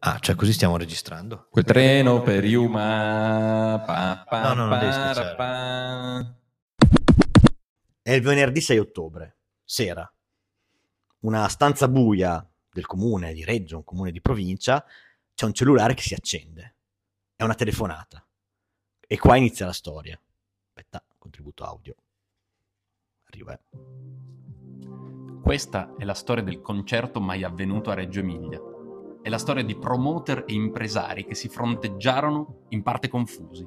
Ah, cioè così stiamo registrando. Quel treno per Yuma. Pa, pa, No, no, non pa, devi schiacciare. pa. È il venerdì 6 ottobre, sera. Una stanza buia del comune di Reggio, un comune di provincia, c'è un cellulare che si accende. È una telefonata. E qua inizia la storia. Aspetta, contributo audio. Arriva. eh. Questa è la storia del concerto mai avvenuto a Reggio Emilia. È la storia di promoter e impresari che si fronteggiarono in parte confusi.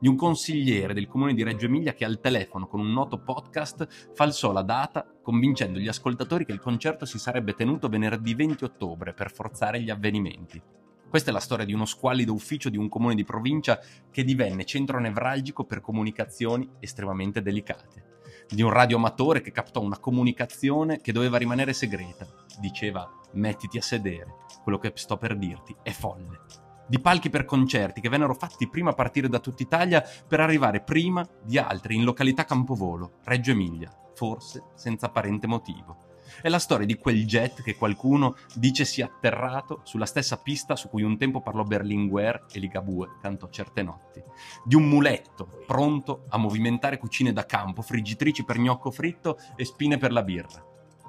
Di un consigliere del comune di Reggio Emilia che al telefono con un noto podcast falsò la data convincendo gli ascoltatori che il concerto si sarebbe tenuto venerdì 20 ottobre per forzare gli avvenimenti. Questa è la storia di uno squallido ufficio di un comune di provincia che divenne centro nevralgico per comunicazioni estremamente delicate di un radioamatore che captò una comunicazione che doveva rimanere segreta. Diceva: Mettiti a sedere, quello che sto per dirti è folle. Di palchi per concerti che vennero fatti prima a partire da tutta Italia per arrivare prima di altri in località Campovolo, Reggio Emilia, forse senza apparente motivo. È la storia di quel jet che qualcuno dice sia atterrato sulla stessa pista su cui un tempo parlò Berlinguer e Ligabue, cantò certe notti di un muletto pronto a movimentare cucine da campo, friggitrici per gnocco fritto e spine per la birra.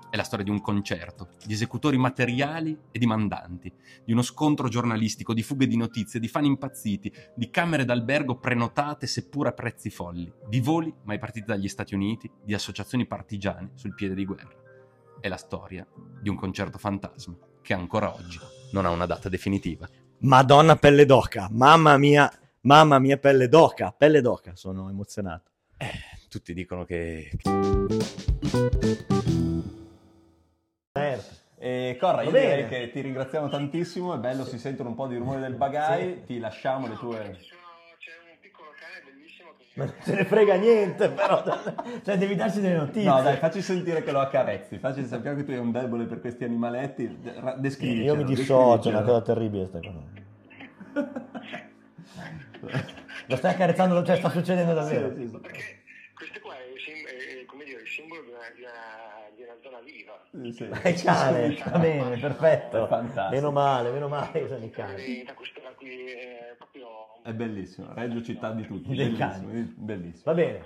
È la storia di un concerto, di esecutori materiali e di mandanti, di uno scontro giornalistico, di fughe di notizie, di fan impazziti, di camere d'albergo prenotate seppur a prezzi folli, di voli mai partiti dagli Stati Uniti, di associazioni partigiane sul piede di guerra. È la storia di un concerto fantasma che ancora oggi non ha una data definitiva. Madonna pelle d'oca, mamma mia, mamma mia pelle d'oca, pelle d'oca, sono emozionato. Eh, Tutti dicono che E Corra, Eh, io Certo. Va direi bene. che ti ringraziamo tantissimo, è bello, si sentono un po' di rumore del bagai, Sì. ti lasciamo le tue... perché sono- c'è un piccolo cane bellissimo che Ma non se ne frega niente però, cioè devi darci delle notizie. No dai, facci sentire che lo accarezzi, facci sappiamo che tu hai un debole per questi animaletti, de- ra- descrivicelo. Io mi dissocio, è una cosa descrivicelo. terribile sta cosa. Lo stai accarezzando, cioè sta succedendo davvero. Sì, sì, sì. perché questo qua è, il sim- è- è, come dire, il simbolo di una, di una- di una zona viva Sì, sì. È cane, va bene, perfetto. Fantastico. Meno male, meno male che sono i cani. da questo da qui è proprio È bellissimo, Reggio città di tutti, Dei bellissimo, eh, bellissimo. Va bene,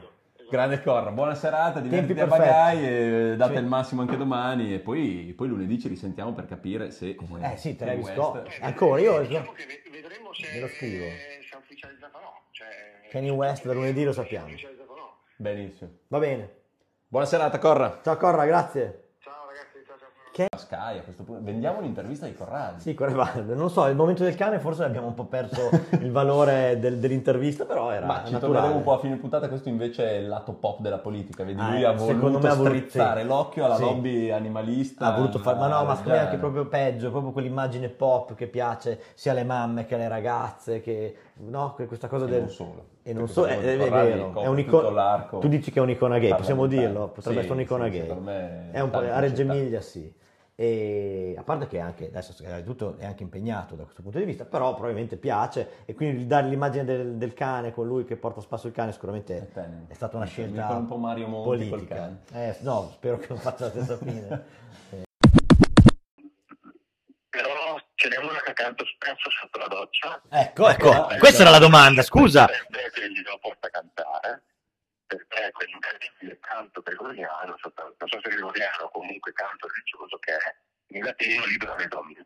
Grande Corra, buona serata, Tempi divertiti a perfetti. bagai e date Sì. il massimo anche domani e poi, poi lunedì ci risentiamo per capire se... eh sì, la Travis Scott. Ancora, io diciamo che ve- vedremo Me se lo scrivo. se è ufficializzato o no cioè, Kanye West da lunedì lo sappiamo. se è ufficializzato o no. Benissimo. Va bene. Buona serata Corra. Ciao Corra, grazie. ciao ragazzi ciao, ciao. Sky a questo punto. Vendiamo un'intervista di Corrado. Sì, Corra va. Non lo so, il momento del cane forse abbiamo un po' perso il valore del- dell'intervista, però era Ma ci naturale. torneremo un po' a fine puntata, questo invece è il lato pop della politica, vedi Ah, lui ha secondo voluto me ha voluto- strizzare sì. l'occhio alla Sì. lobby animalista. Eh, ha voluto fare, ma no, ma del secondo me è anche genere. proprio peggio, proprio quell'immagine pop che piace sia alle mamme che alle ragazze, che no, que- questa cosa E del... non solo. E non Perché so, è, comunque è Corrado vero, copre è tutto un'icona. l'arco Tu dici che è un'icona gay, possiamo parlamentare. dirlo, potrebbe Sì, essere un'icona sì, gay. secondo me È un po' tanta a Reggio città. Emilia, sì. E a parte che anche adesso eh, tutto è anche impegnato da questo punto di vista, però probabilmente piace e quindi dare l'immagine del, del cane con lui che porta a spasso il cane sicuramente Tenero. è stata una Mi scelta ricorda un po' Mario Monti col politica. cane. Eh, no, spero che non faccia la stessa fine. però ce n'è una che ha canto spesso sotto la doccia Ecco, ecco, Ah, questa era la domanda, scusa. Sempre quindi lo porta a cantare, perché è quell'incredibile canto gregoriano, soltanto- non so se gregoriano, comunque canto religioso che è in latino libera me domine.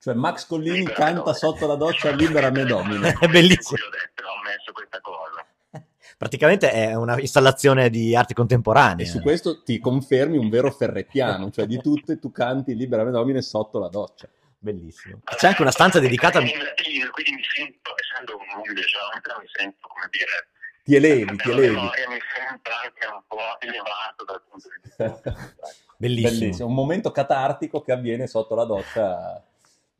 Cioè Max Collini Libera me canta domine. sotto la doccia libera me domine. È bellissimo. Io ho detto, ho messo questa cosa. Praticamente è una installazione di arte contemporanea. E su questo ti confermi un vero ferrettiano, cioè di tutte tu canti libera me domine sotto la doccia. Bellissimo. C'è anche una stanza dedicata a... In latino, quindi mi sento, essendo un umile geometra, mi sento, come dire, Ti elevi, ti per la elevi. memoria mi sento anche un po' elevato dal punto di vista. Bellissimo. Bellissimo, un momento catartico che avviene sotto la doccia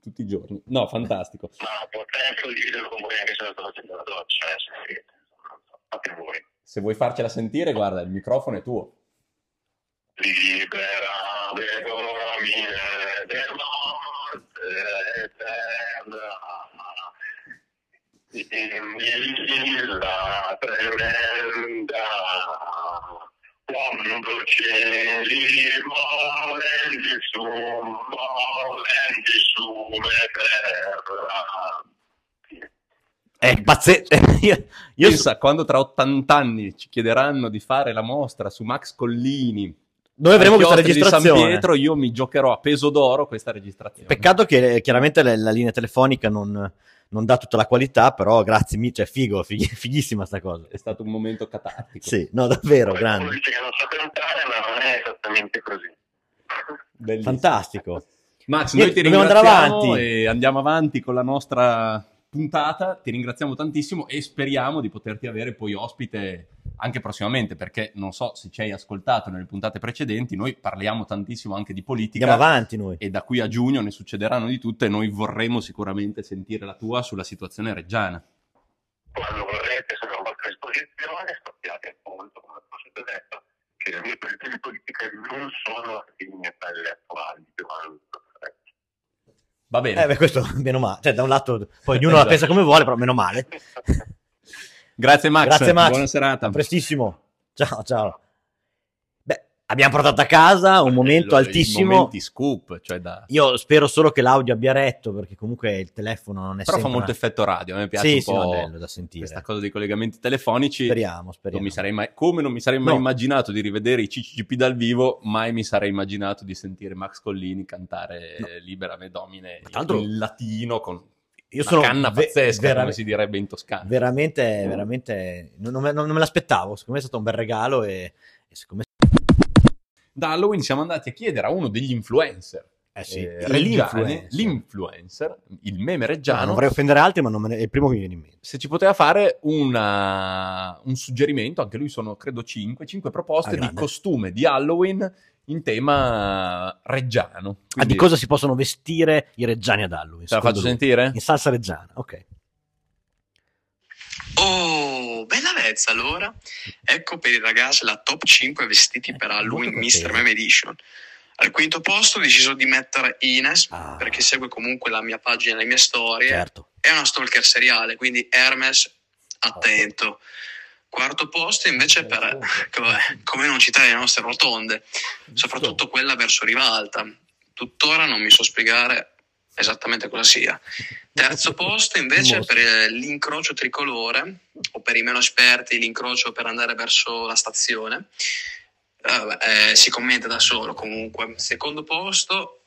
tutti i giorni. No, fantastico. Ma potrei condividere con voi anche se la doccia la doccia, eh, se volete, non so, fate voi. Se vuoi farcela sentire, guarda, il microfono è tuo. Libera degomi del morte eterna. Dimmi la tremenda. Uomo un dolce lirico, vendi su, vendi su, terra. È pazzesco. Io, io so- Pensa, quando tra 80 anni ci chiederanno di fare la mostra su Max Collini, noi avremo ai questa chiostri di San registrazione. Pietro, io mi giocherò a peso d'oro questa registrazione. Peccato che eh, chiaramente la, la linea telefonica non, non dà tutta la qualità, però grazie mille, cioè figo, fighi- fighissima sta cosa. È stato un momento catartico. Sì, no, davvero, Qualcuno grande. dice che non sa cantare, ma non è esattamente così. Bellissimo. Fantastico. Max, noi Niente, ti dobbiamo andare ringraziamo avanti. e andiamo avanti con la nostra puntata. Ti ringraziamo tantissimo e speriamo di poterti avere poi ospite anche prossimamente, perché non so se ci hai ascoltato nelle puntate precedenti, noi parliamo tantissimo anche di politica. Andiamo avanti noi. E da qui a giugno ne succederanno di tutte e noi vorremmo sicuramente sentire la tua sulla situazione reggiana. Quando vorrete, sono a vostra disposizione, sappiate appunto, come ho sempre detto, che le mie posizioni politiche non sono affine alle attuali, domande. Va bene. Eh, beh, questo meno male. Cioè, da un lato, poi ognuno la Esatto. pensa come vuole, però meno male. Grazie Max. Grazie, Max. Buona serata. A prestissimo. Ciao, ciao. Beh, abbiamo portato a casa un momento Bello, altissimo. i Momenti scoop, cioè da... Io spero solo che l'audio abbia retto, perché comunque il telefono non è Però fa sempre... molto effetto radio, a me piace Sì, un sì, po' no, bello da sentire. questa cosa dei collegamenti telefonici. Speriamo, speriamo. Non mi sarei mai- come non mi sarei mai No. immaginato di rivedere i CCGP dal vivo, mai mi sarei immaginato di sentire Max Collini cantare No. eh, Libera me domine Ma tra l'altro- in latino con Io una sono canna ve- pazzesca, vera- come si direbbe in Toscana. Veramente, veramente... Non, non me, non me l'aspettavo. Secondo me è stato un bel regalo e, e secondo me... da Halloween siamo andati a chiedere a uno degli influencer, Eh eh, il reggiani, influencer. l'influencer, il No, Ah, non meme reggiano, vorrei offendere altri, ma non me ne- è il primo che mi viene in mente. se ci poteva fare una- un suggerimento, anche lui sono credo 5, 5 Ah, proposte di grande. costume di Halloween in tema reggiano. Ah, Quindi di cosa si possono vestire i reggiani ad Halloween? te la faccio secondo lui? sentire? In salsa reggiana, ok. Oh, bella vezza allora. Ecco per i ragazzi la top 5 vestiti per Halloween Molto contento. Mr. Meme Edition. Al quinto posto ho deciso di mettere Ines Ah. perché segue comunque la mia pagina e le mie storie. Certo. È una stalker seriale, quindi Hermes, attento. Quarto posto invece per, vabbè, come non citare le nostre rotonde, soprattutto quella verso Rivalta. Tuttora non mi so spiegare esattamente cosa sia. Terzo posto invece Mostro. per eh, l'incrocio tricolore, o per i meno esperti l'incrocio per andare verso la stazione. Eh, vabbè, eh, si commenta da solo comunque. Secondo posto,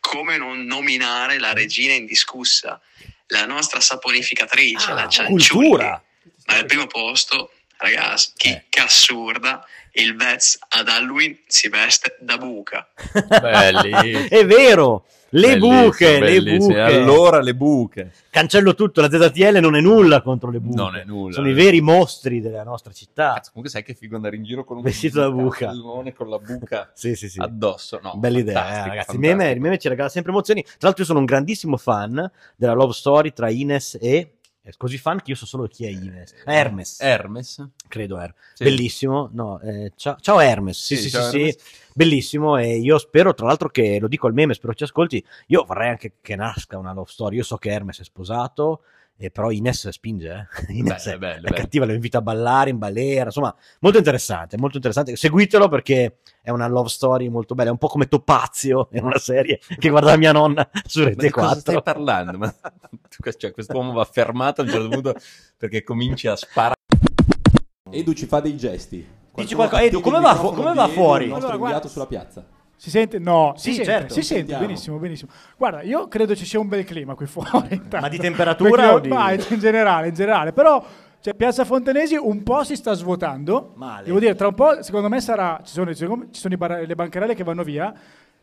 come non nominare la regina indiscussa, la nostra saponificatrice, Ah, la Cianciulli. cultura! Ma al primo posto, ragazzi, Eh. chicca assurda, il Vez ad Halloween si veste da buca. Bellissimo. Eh, È vero! Le Bellissimo, buche, le bellissimo. buche. E Allora le buche. Cancello tutto, la ZTL non è nulla contro le buche. Non è nulla. eh. Sono i veri mostri della nostra città. Cazzo, comunque sai che figo andare in giro con un Vestito da buca. pallone con la buca Sì, sì, sì. addosso. No, Bella idea, eh, fantastico, ragazzi. Il fantastico. meme, il meme ci regala sempre emozioni. Tra l'altro, io sono un grandissimo fan della love story tra Ines e. è Così fan che io so solo chi è Ines. Hermes. Eh, Hermes. credo Hermes. Sì. Bellissimo. No, eh, ciao, ciao Hermes. Sì, Sì, sì, ciao sì, sì. Hermes. Bellissimo. E io spero, tra l'altro, che lo dico al meme, spero ci ascolti. Io vorrei anche che nasca una love story. Io so che Hermes è sposato. eh, però Ines spinge, eh. Ines Bello, è bello, la bello. cattiva, lo invita a ballare in balera, insomma, molto interessante, molto interessante. Seguitelo perché è una love story molto bella, è un po' come Topazio, è una serie che guardava mia nonna su Ma di Rete cosa 4. stai parlando? Ma... Cioè, quest'uomo va fermato a un certo punto perché comincia a sparare. Edu ci fa dei gesti. Dici Qualcuno qualcosa- attiva Edu, il come va fu- microfono come di va Edu, fuori? Il nostro Allora, guarda- inviato sulla piazza. Si sente? No, Sì, si sente, certo. si sente, Sentiamo. benissimo, benissimo. Guarda, io credo ci sia un bel clima qui fuori. Ma di intanto. temperatura o Perché di- ormai, in generale, in generale, però cioè, Piazza Fontanesi un po' si sta svuotando. Male. Devo dire, tra un po', secondo me sarà ci sono, ci sono i bar- le bancarelle che vanno via.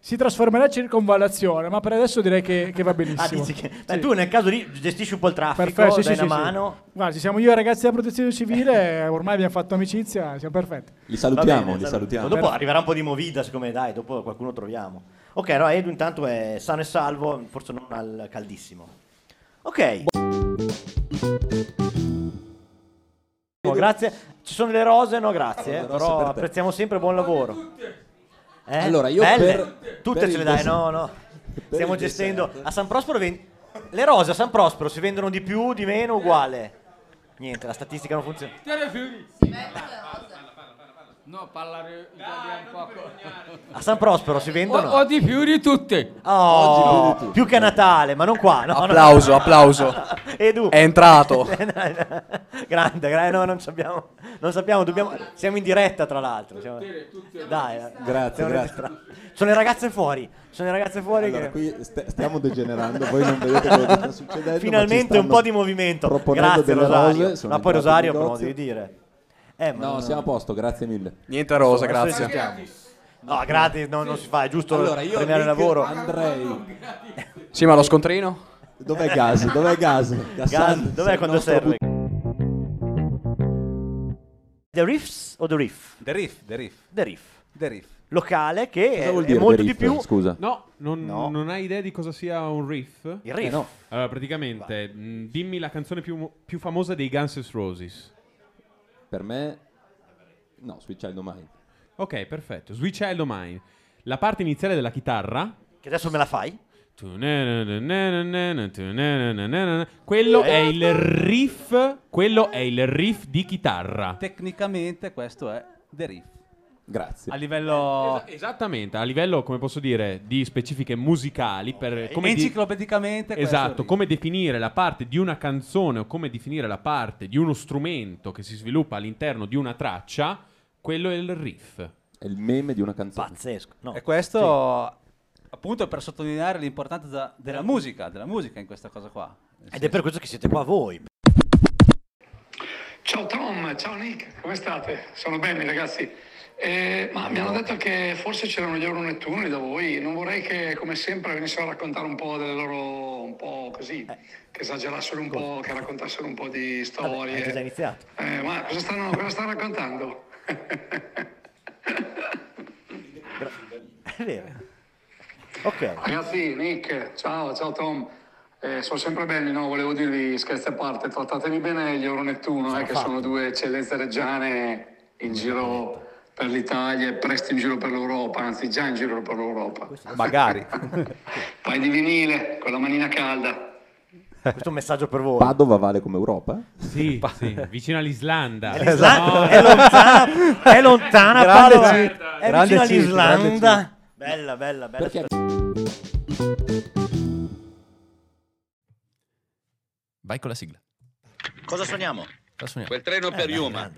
Si trasformerà in circonvallazione, ma per adesso direi che, che va benissimo. Ah, dici che- Sì. Beh, tu nel caso lì gestisci un po' il traffico, Perfetto, sì, dai sì, una sì, sì. mano. Guarda, ci siamo io e i ragazzi della protezione civile, ormai abbiamo fatto amicizia, siamo perfetti. Li Va salutiamo, bene, li salut- salutiamo. Dopo arriverà un po' di movida, siccome dai, dopo qualcuno troviamo. Ok, no, Edu intanto è sano e salvo, forse non al caldissimo. Ok. Oh, grazie. Ci sono le rose? No, grazie. eh, Ah, Le rose Però per te. apprezziamo sempre, buon lavoro. Eh? Allora, io per- Tutte per ce le il dai, dessert- no, no. per Stiamo il gestendo... dessert. A San Prospero ven- Le rose a San Prospero si vendono di più, di meno, uguale. Niente, la statistica non funziona. No, parlare italiano poco. A San Prospero si Ho, vendono? ho di più di tutte. Oh, Oggi più di tutti. più che a Natale, ma non qua. no, no. Applauso, applauso. Edu. È entrato. Eh, grande, grande, no, non sappiamo, non sappiamo, dobbiamo, siamo in diretta tra l'altro. siamo- Dai, dai. Grazie, Siamo grazie. registrati. Sono le ragazze fuori, sono le ragazze fuori Allora, che... qui st- stiamo degenerando, voi non vedete quello che sta succedendo. ma ci Finalmente un stanno po' di movimento. proponendo Grazie delle Rosario. rose, sono ma poi entrati Rosario, in però, negozio. devi dire. Eh, ma No, non- siamo a posto, grazie mille. Niente a rosa, Adesso grazie. discutiamo. No, gratis no, non si fa, è giusto Allora, io premiare il lavoro. Andrei, Sì, ma lo scontrino? dov'è Gas? Dov'è Gas? Gas, Gassan, sei dov'è il quando nostro serve? The Riffs o The Riff? The Riff, The Riff, The Riff. The Riff. Locale che Cosa è, vuol è dire molto deriff? di più Scusa. No, non, No. non hai idea di cosa sia un riff? il riff. Eh, no. Allora, praticamente, mh, dimmi la canzone più, più famosa dei Guns N' Roses. Per me... Eh, No, sui Child O' Mine. Ok, perfetto. Sweet Child O' Mine. La parte iniziale della chitarra. Che adesso me la fai? Quello è il riff. Quello è il riff di chitarra. Tecnicamente questo è The Riff. Grazie. A livello... Esa- esattamente, a livello, come posso dire, di specifiche musicali. Per, come di- Enciclopedicamente questo è il Esatto, riff. come definire la parte di una canzone o come definire la parte di uno strumento che si sviluppa all'interno di una traccia, quello è il riff. È il meme di una canzone. Pazzesco. No. E questo appunto è per sottolineare l'importanza da- della musica, della musica in questa cosa qua. Nel Eh. Ed è per questo che siete qua voi. Ciao Tom, ciao Nick, come state? Sono belli ragazzi. Eh, ma mi hanno detto che forse c'erano gli Euro Nettuno da voi, non vorrei che come sempre venissero a raccontare un po' delle loro, un po' così, che esagerassero un po', che raccontassero un po' di Vabbè, esatto. avete già storie. iniziato. Eh, ma cosa stanno, cosa stanno raccontando? È vero. Ok. Ragazzi, Nick, ciao, ciao Tom. Eh, sono sempre belli, no? Volevo dirvi scherzi a parte, trattatevi bene gli Euro Nettuno, eh, che sono due eccellenze reggiane in giro per l'Italia e presto in giro per l'Europa, anzi già in giro per l'Europa. Magari. Poi di vinile, con la manina calda. Questo è un messaggio per voi. Padova vale come Europa? Esatto. Sì, sì, vicino all'Islanda. L'Islanda No, è lontana, è lontana Grande Padova. Cid, È grande vicino Cid, grande all'Islanda. Bella, bella, bella. Perché Vai con la sigla. Cosa suoniamo? La suoniamo. Quel treno per Yuma.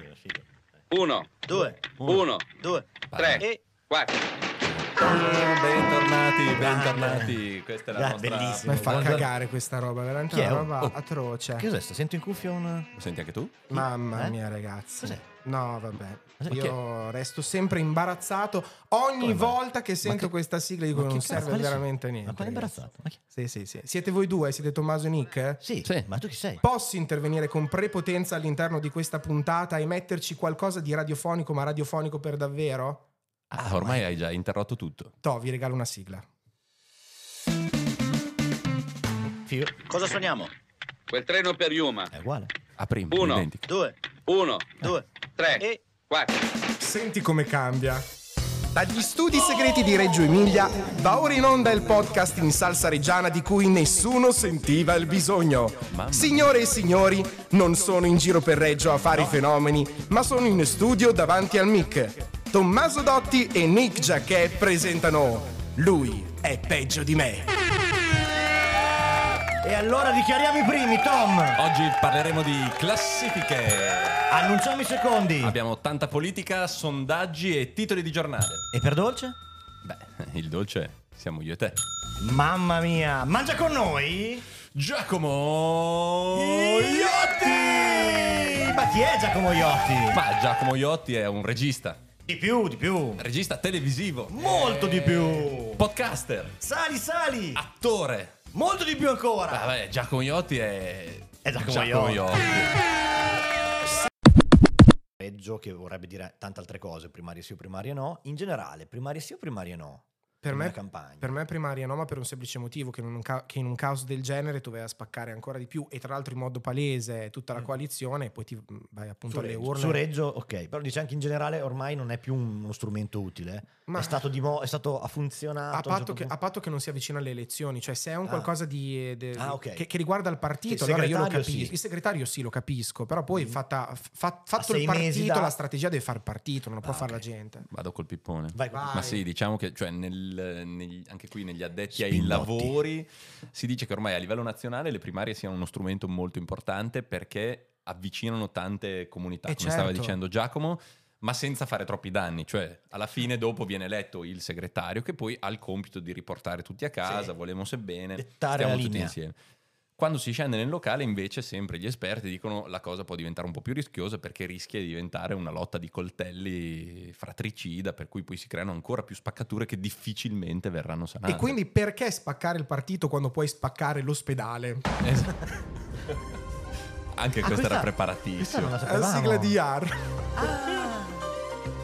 Uno, Due, uno, due, tre, e... quattro. Eh, Bentornati, bentornati. Questa è la Dai, nostra... bellissimo. Mi fa Buongiorno. cagare questa roba, veramente Chi è? una roba Oh. atroce. Che cos'è sto? Sento in cuffia un... Lo senti anche tu? Mamma Eh? mia, ragazzi. Cos'è? No, vabbè. Ma chi Io resto sempre imbarazzato. Ogni Come mai? volta che sento che- questa sigla dico Ma che non cazzo, serve quale sono? veramente niente. Ma quale ragazzi." imbarazzato? Ma chi- Sì, sì, sì. Siete voi due? Siete Tommaso e Nick? Sì, Sì. ma tu chi sei? Posso intervenire con prepotenza all'interno di questa puntata e metterci qualcosa di radiofonico, ma radiofonico per davvero? Ah, ormai hai già interrotto tutto. Toh, vi regalo una sigla. Figo. Cosa suoniamo? Quel treno per Yuma. È uguale. Apri Uno. identico. Due, Uno, due, tre, e... quattro. Senti come cambia. Dagli studi segreti di Reggio Emilia va ora in onda il podcast in salsa reggiana di cui nessuno sentiva il bisogno. Mamma mia. Signore e signori, non sono in giro per Reggio a fare i fenomeni, ma sono in studio davanti al mic. Tommaso Dotti e Nick Giacchè presentano Lui è peggio di me. E allora dichiariamo i primi, Tom. Oggi parleremo di classifiche. Annunciamo i secondi. Abbiamo tanta politica, sondaggi e titoli di giornale. E per dolce? Beh, il dolce siamo io e te. Mamma mia, mangia con noi? Giacomo Iotti! Ma chi è Giacomo Iotti? Ma Giacomo Iotti è un regista, Di più, di più. regista televisivo, Molto di più. podcaster, Sali, sali. attore. Molto di più ancora. Ah, beh, Giacomo Iotti è. È Giacomo Iotti. Reggio che vorrebbe dire tante altre cose, primarie sì o primarie no. In generale, primarie sì o primarie no? Per me, Una campagna. per me primaria no, ma per un semplice motivo, che in, un ca- che in un caos del genere tu vai a spaccare ancora di più e tra l'altro in modo palese eh, tutta la coalizione e poi ti mh, vai appunto Mm. Su alle Reggio- urne. su Reggio, ok, però dice anche in generale ormai non è più un- uno strumento utile. Ma- È stato di mo- è stato ha funzionato. a a un patto, certo che, punto. a patto che non si avvicina alle elezioni, cioè se è un Ah. qualcosa di, eh, de- Ah, ok. che, che riguarda il partito, Che il allora io lo segretario capisco. sì. Mm. Il segretario sì, lo capisco, però poi fatta- fa- fatto il sei mesi partito, da- la strategia deve fare il partito, non lo può Ah, fare ok. la gente. Vado col pippone. Vai, vai. Ma sì, diciamo che cioè, nel- negli- anche qui negli addetti ai Spindotti. lavori si dice che ormai a livello nazionale le primarie siano uno strumento molto importante perché avvicinano tante comunità, Eh, come stava certo. dicendo Giacomo, ma senza fare troppi danni. Cioè, alla fine dopo viene eletto il segretario che poi ha il compito di riportare tutti a casa, Sì. volemo se bene, Dettare stiamo la tutti linea. insieme. Quando si scende nel locale, invece, sempre gli esperti dicono la cosa può diventare un po' più rischiosa perché rischia di diventare una lotta di coltelli fratricida, per cui poi si creano ancora più spaccature che difficilmente verranno sanate. E quindi perché spaccare il partito quando puoi spaccare l'ospedale? Anche Ah, questa, questa- era preparatissima. È la sigla di IAR.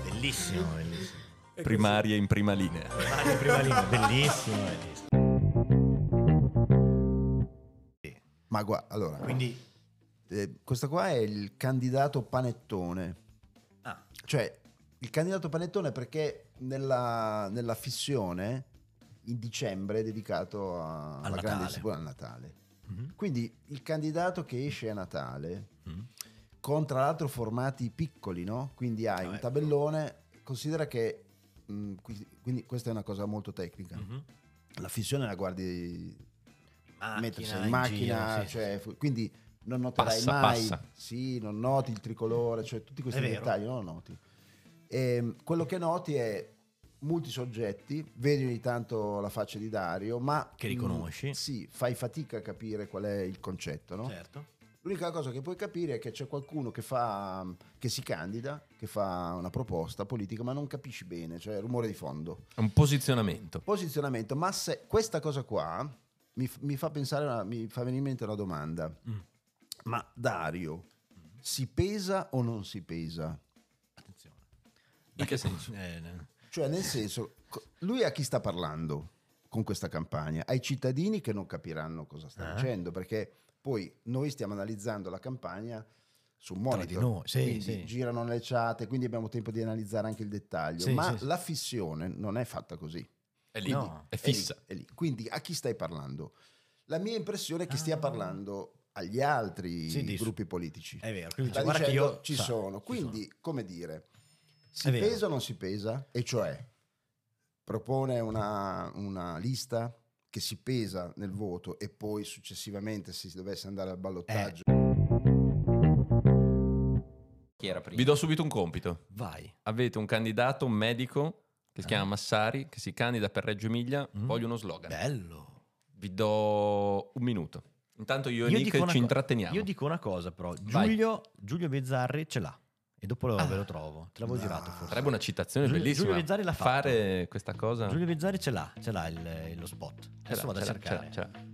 Bellissimo, bellissimo. Primarie in prima linea. Anche in prima linea, bellissimo, bellissimo. Ma guarda, allora. Quindi- eh, questo qua è il candidato panettone. Ah. Cioè, il candidato panettone perché nella, nella fissione in dicembre è dedicato a, alla Natale. grande disciplina al Natale. Quindi il candidato che esce a Natale Mhm. con tra l'altro formati piccoli, no? Quindi hai un tabellone, considera che mh, qui- quindi questa è una cosa molto tecnica. La fissione la guardi Mhm. macchina, mettersi in in macchina, giro, sì, cioè, fu- quindi non noterai Passa, mai, passa. sì, non noti il tricolore, cioè tutti questi È vero. dettagli non lo noti. Ehm, quello che noti è multisoggetti, vedi ogni tanto la faccia di Dario, ma Che riconosci. mh, sì, fai fatica a capire qual è il concetto, no? Certo. L'unica cosa che puoi capire è che c'è qualcuno che, fa, che si candida, che fa una proposta politica, ma non capisci bene, cioè rumore di fondo È un posizionamento. posizionamento. Ma se questa cosa qua mi, f- mi fa pensare, una- mi fa venire in mente una domanda. Mm. Ma Dario si pesa o non si pesa? Attenzione. In che senso? Eh, no. Cioè, nel senso, co- lui a chi sta parlando con questa campagna? Ai cittadini che non capiranno cosa sta Ah. dicendo, perché poi noi stiamo analizzando la campagna su un Tra monitor, di noi, sì, quindi sì. girano le chat, quindi abbiamo tempo di analizzare anche il dettaglio, Sì, ma sì, sì. la fissione non è fatta così. È lì, No. è fissa. È lì, è lì. Quindi a chi stai parlando? La mia impressione è che stia parlando agli altri Ah. Sì, di- gruppi politici. È vero, quindi Sta dice, guarda che dicendo, io ci sa, sono. ci Quindi, come dire, si È vero. pesa o non si pesa? E cioè, propone una, una lista che si pesa nel voto e poi successivamente se si dovesse andare al ballottaggio. Eh, Chi era prima? Vi do subito un compito. Vai. Avete un candidato un medico che si Eh. chiama Massari, che si candida per Reggio Emilia. Voglio uno slogan. Mm. Bello. Vi do un minuto. Intanto io e Io Nick dico ci una co- intratteniamo. Io dico una cosa però, Vai. Ah. Giulio, Giulio Bizzarri ce l'ha e dopo lo- ve lo trovo, te l'avevo girato forse. Sarebbe una citazione Giulio- bellissima. Giulio Bizzarri l'ha fatto. Fare questa cosa. Giulio Bizzarri ce l'ha, ce l'ha il- lo spot. Ah. Ce l'ha, Adesso vado a ce l'ha, cercare. ce l'ha, ce l'ha.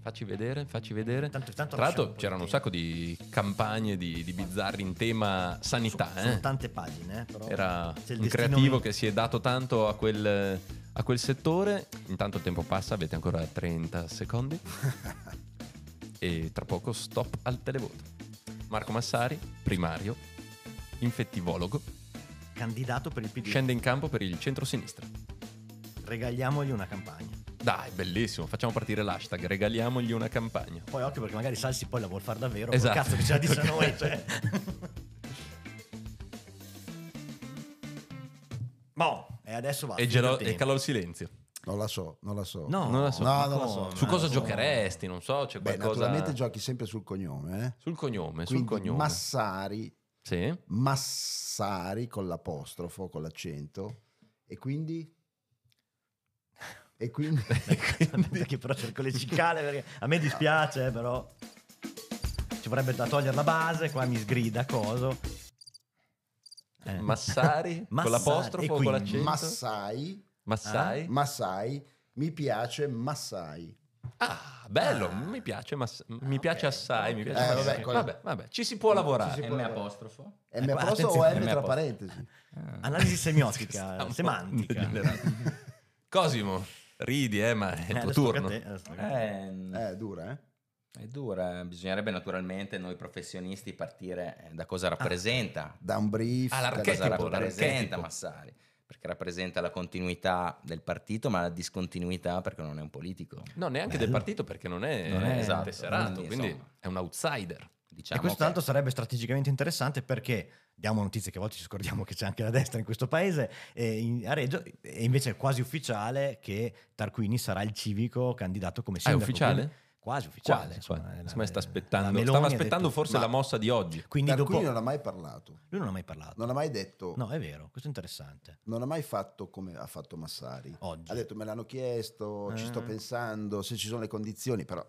Facci vedere, facci vedere. Tanto- tanto Tra lasciamo l'altro un po' c'erano di un sacco di campagne di, di bizzarri in tema sanità. Sono eh. tante pagine, eh, però Era se il un destino creativo mi- che si è dato tanto a quel, a quel settore. Intanto il tempo passa, avete ancora 30 secondi. e tra poco stop al televoto. Marco Massari, primario, infettivologo, candidato per il PD. scende in campo per il centro-sinistra. Regaliamogli una campagna. Dai, bellissimo, facciamo partire l'hashtag, regaliamogli una campagna. Poi occhio perché magari Salsi poi la vuol fare davvero. Esatto. Esatto. Cazzo che ce la disse a noi. Cioè. Boh, e adesso va. E, gelo- e calò il silenzio. Non la so, non la so. No, Non la so. No, non la come? so. Su cosa no. giocheresti? Non so, Oh, c'è Beh, qualcosa... naturalmente giochi sempre sul cognome. eh. Sul cognome, sul Quindi cognome. Massari Sì. Massari con l'apostrofo, con l'accento. E quindi? E quindi? Aspetta che però cerco le cicale perché a me dispiace, eh, però ci vorrebbe da togliere la base, qua mi sgrida coso. Eh. Massari, Massari, con l'apostrofo, e con quindi l'accento. Massai, Ah, Massai. Massai, mi piace Massai. Ah, bello, mi piace, Mass- mi piace assai, mi piace Ah, Eh, Massai. vabbè, Vabbè, con- vabbè, ci si può lavorare. Ci si può M lavorare. apostrofo. M Eh, qua- apostrofo o attenzione, M M tra apostrofo. parentesi? Analisi semiotica, Stiamo semantica. degenerando. Cosimo, ridi, eh, ma è il tuo turno. Eh, è dura, eh? È dura, eh, bisognerebbe naturalmente noi professionisti partire eh, da cosa rappresenta. da un brief, Ah, dall'archetipo, cosa rappresenta dall'archetipo. Massari, perché rappresenta la continuità del partito, ma la discontinuità perché non è un politico. No, neanche del partito perché non è, Non è- esatto, esatto, tesserato, quindi, quindi, insomma. è un outsider. Diciamo E questo E questo è che- altro tanto sarebbe strategicamente interessante perché diamo notizie che a volte ci scordiamo che c'è anche la destra in questo paese e in- a Reggio è invece quasi ufficiale che Tarquini sarà il civico candidato come Ah, è sindaco. ufficiale? Quindi- Quasi ufficiale. Quasi, insomma, quasi. è la- Secondo me sta aspettando- la Meloni stava ha detto- aspettando forse ma- la mossa di oggi. Quindi Tarquini dopo- non ha mai parlato. Lui non ha mai parlato. Non ha mai detto. No, è vero, questo è interessante. Non ha mai fatto come ha fatto Massari. Oggi. Ha detto me l'hanno chiesto, ci sto Ah. pensando, se ci sono le condizioni, però...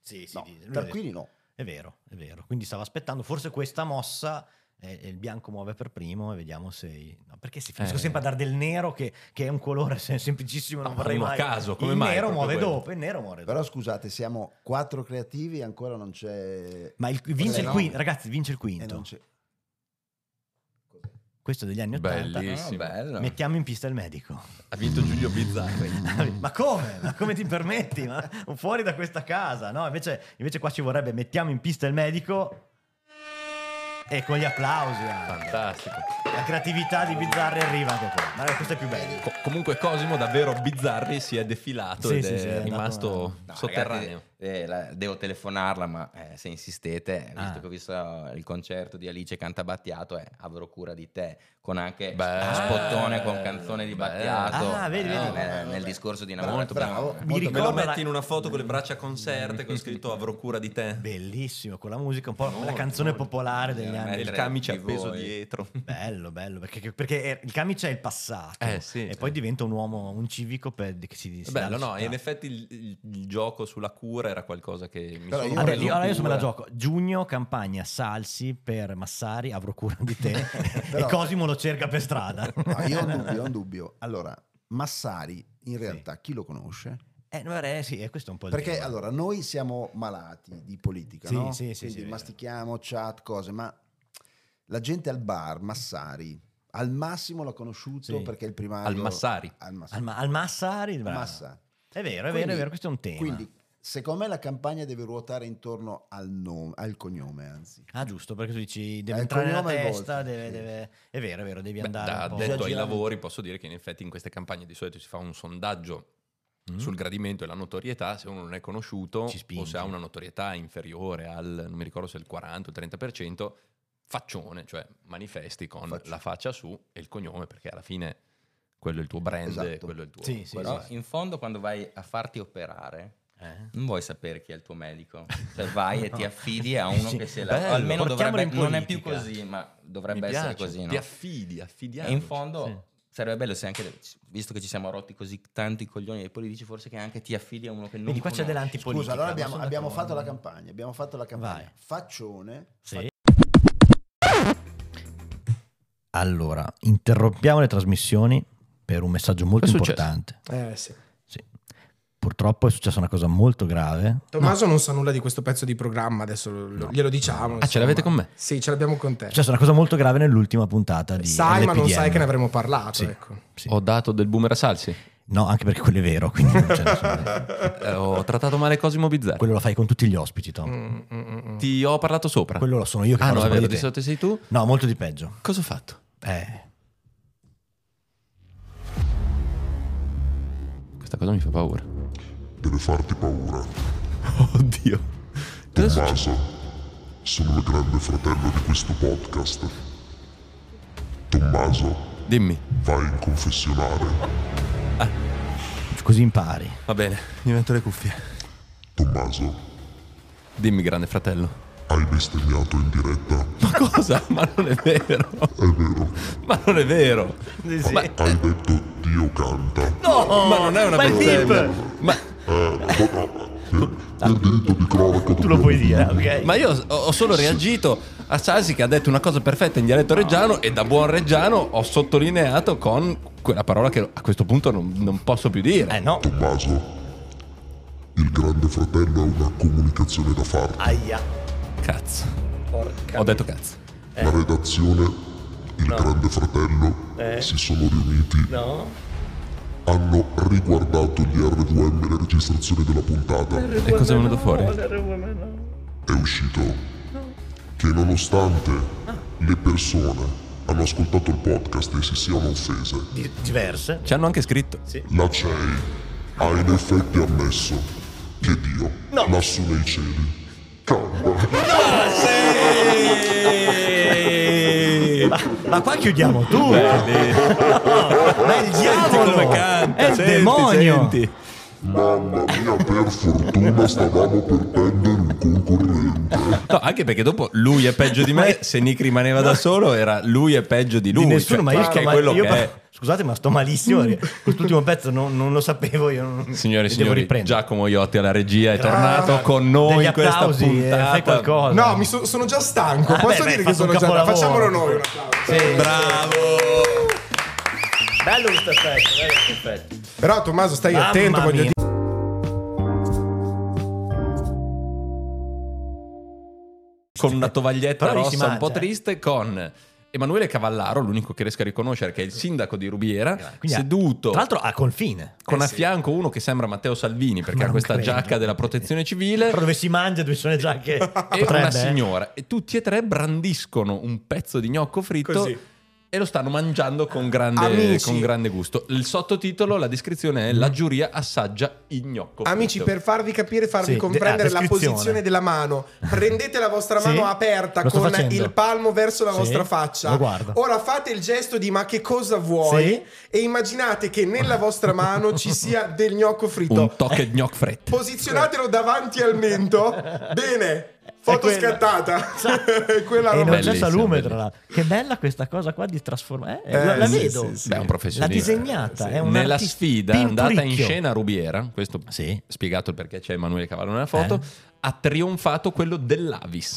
Sì, sì, No, di- lui ha Tarquini detto- no. È vero, è vero. Quindi stava aspettando forse questa mossa eh, e il bianco muove per primo e vediamo se... i- no, perché si finisco Eh. sempre a dare del nero che, che è un colore sem- semplicissimo, non No, vorrei uno a mai... caso, come il mai nero proprio muove quello? dopo, il nero muore dopo. Però scusate, siamo quattro creativi e ancora non c'è... Ma il- vince il Renault. quinto, ragazzi, vince il E non quinto. c'è- Questo è degli anni 80. Bellissimo. Ah, bello. Mettiamo in pista il medico. Ha vinto Giulio Bizzarri. Ma come? Ma come ti permetti? Ma fuori da questa casa, no? Invece, invece qua ci vorrebbe mettiamo in pista il medico e con gli applausi. anche. Fantastico. La creatività di Bizzarri arriva anche qua. Ma questo è più bello. Co- comunque Cosimo davvero Bizzarri si è defilato Sì, ed sì, è sì, è andato- rimasto No, sotterraneo. ragazzi, eh, la- devo telefonarla, ma eh, se insistete, visto Ah. che ho visto il concerto di Alice canta Battiato, eh, avrò cura di te, con anche Bello. spottone Ah. con canzone di Battiato eh, Ah, vedi, vedi. eh, nel, nel discorso di Navarro. Molto bravo. Mi Molto- Me lo ricorda metti la- in una foto con le braccia concerte con scritto avrò cura di te. Bellissimo, con la musica, un po' come la Molto, canzone molto. popolare degli E anni. il camice di appeso voi. dietro. Bello, bello, perché, perché è- il camice è il passato Eh, sì, e sì. poi diventa un uomo, un civico per, che si, È si dà Bello, alla no, e città. in effetti il, il- il gioco sulla cura era qualcosa che mi Però io- sono preso Allora, io, allora io se me la cura. gioco. Giugno, campagna, Salsi per Massari, avrò cura di te. e Però- Cosimo lo cerca per strada. Ah, io ho un dubbio, ho un dubbio. Allora, Massari, in realtà, chi lo conosce? Eh, no, eh, sì, eh, questo è un po' il Perché tema. allora noi siamo malati di politica, Sì, no? sì, sì, Quindi sì, mastichiamo chat, cose, ma la gente al bar, Massari, al massimo l'ha conosciuto Sì. perché è il primario... Al Massari. Al Massari. Al, ma- al Massari, Al bravo. Massari. È vero, è vero, Quindi- è vero, questo è un tema. Quindi, secondo me la campagna deve ruotare intorno al, nome, al cognome, anzi. Ah, giusto, perché tu dici deve Eh, entrare nella cognome e testa, volto, deve, sì. deve- È vero, è vero, devi Beh, andare da un po'. addetto ai Bisogna lavori posso dire che in effetti in queste campagne di solito si fa un sondaggio Mm. sul gradimento e la notorietà, se uno non è conosciuto Ci spinge. o se ha una notorietà inferiore al, non mi ricordo se il 40 o il 30%, faccione, cioè manifesti con Faccio. la faccia su e il cognome, perché alla fine quello è il tuo brand, Esatto. quello è il tuo... Sì, sì, quello- Però in fondo quando vai a farti operare, Eh? non vuoi sapere chi è il tuo medico, cioè vai e ti No. affidi a uno Sì, che se bello. la... Almeno Portiamolo dovrebbe, in non è più politica. così, ma Mi dovrebbe essere piace, così, Ti no? affidi, E affidiamoci. in fondo Sì. sarebbe bello se anche, visto che ci siamo rotti così tanti coglioni dei politici, forse che anche ti affidi a uno che non Quindi qua c'è conosci. dell'antipolitica. Scusa, allora ma abbiamo, sono abbiamo d'accordo. fatto la campagna, abbiamo fatto la campagna. Vai. Faccione, Sì. Allora, interrompiamo le trasmissioni per un messaggio molto È successo. importante. Eh sì. Sì. Purtroppo è successa una cosa molto grave. Tommaso non sa nulla di questo pezzo di programma, adesso lo- glielo diciamo. Ah, ce l'avete con me? Sì, ce l'abbiamo con te. È successa Cioè, una cosa molto grave nell'ultima puntata di sai, ma non LPDM. sai che ne avremmo parlato. Sì. Ecco. Ho dato del boomer a Salsi, No, anche perché quello è vero, quindi non c'è nessuno. Eh, ho trattato male Cosimo Bizzarri. Quello lo fai con tutti gli ospiti, Tom. Mm, mm, mm, mm. Ti ho parlato sopra. Quello lo sono io che Ah parlo no, è sopra vero, di di te. sotto sei tu. No, molto di peggio. Cosa ho fatto? Eh, Questa cosa mi fa paura. Deve farti paura. Oddio. Tommaso, sono il grande fratello di questo podcast. Tommaso, Dimmi. Ah. vai in confessionale. così impari. Va bene, mi metto le cuffie. Tommaso, Dimmi, grande fratello. hai bestemmiato in diretta? Ma cosa? Ma non è vero. È vero. Ma non è vero. Ma, Hai detto Dio canta. ma non è una ma il bestemmia. beep! Ma, Nel Eh, diritto di cronaca Tu lo puoi dire, ok? ma io ho ho solo reagito a Sasi che ha detto una cosa perfetta in dialetto reggiano e da buon reggiano ho sottolineato con quella parola che a questo punto non, non posso più dire. Eh no. Tommaso, il grande fratello ha una comunicazione da farti. Aia. Cazzo. Eh. Ho detto cazzo. La redazione, il grande fratello, Eh. si sono riuniti No. hanno riguardato gli RVM nella registrazione della puntata. E Eh, cosa è venuto fuori? È uscito che nonostante Ah. le persone hanno ascoltato il podcast e si siano offese, Diverse. Ci hanno anche scritto. la CEI ha in effetti ammesso che Dio lassù nei cieli Ma, ma qua chiudiamo tutto. No, ma è il diavolo. è il demonio. Mamma mia, per fortuna stavamo per perdere un concorrente. No, anche perché dopo lui è peggio di me, se Nick rimaneva da solo era lui è peggio di lui. Di nessuno, cioè, ma io, perché sto- ma è quello io- che è. Scusate, ma sto malissimo. Quest'ultimo pezzo non, non lo sapevo. Io non, Signore e devo signori, riprendere. Giacomo Iotti alla regia è Grazie. tornato con noi Degli in questa applausi, eh, puntata. fai qualcosa. No, mi so- sono già stanco. Ah, beh, Posso beh, dire hai che fatto sono un già stanco? capolavoro. Facciamolo noi un applauso. Bravo. Bello questo effetto, bello questo effetto. Però Tommaso stai Mamma attento, voglio mia. dire. con una tovaglietta Però lì si rossa un po' mangia, eh. triste con Emanuele Cavallaro, l'unico che riesco a riconoscere, che è il sindaco di Rubiera, Quindi ha- seduto. Tra l'altro a confine. Eh con a fianco uno che sembra Matteo Salvini perché Ma ha non questa credo. giacca della protezione civile Però dove si mangia, dove ci sono le giacche. e Potrebbe, una eh. signora e tutti e tre brandiscono un pezzo di gnocco fritto Così. e lo stanno mangiando con grande, Amici. con grande gusto. Il sottotitolo, la descrizione è La giuria assaggia il gnocco Amici, fritto". per farvi capire, farvi Sì, comprendere de- ah, la descrizione. posizione della mano, prendete la vostra Sì, mano aperta lo sto con facendo. il palmo verso la Sì, vostra faccia. lo guardo. Ora fate il gesto di ma che cosa vuoi e immaginate che nella vostra mano ci sia del gnocco fritto. un tocco di gnocco fritto. Posizionatelo davanti al mento. Bene, foto quella. scattata. Quella E roba. non c'è Bellissimo, salume, bellissimo. tra l'altro. Che bella questa cosa qua di trasformare. Eh, Eh, la, la sì, vedo. sì, sì. Beh, è un professionista. L'ha disegnata. Sì. È un Nella artista sfida andata in pinturicchio. scena a Rubiera, questo spiegato il perché c'è Emanuele Cavallo nella foto, Eh. ha trionfato quello dell'Avis.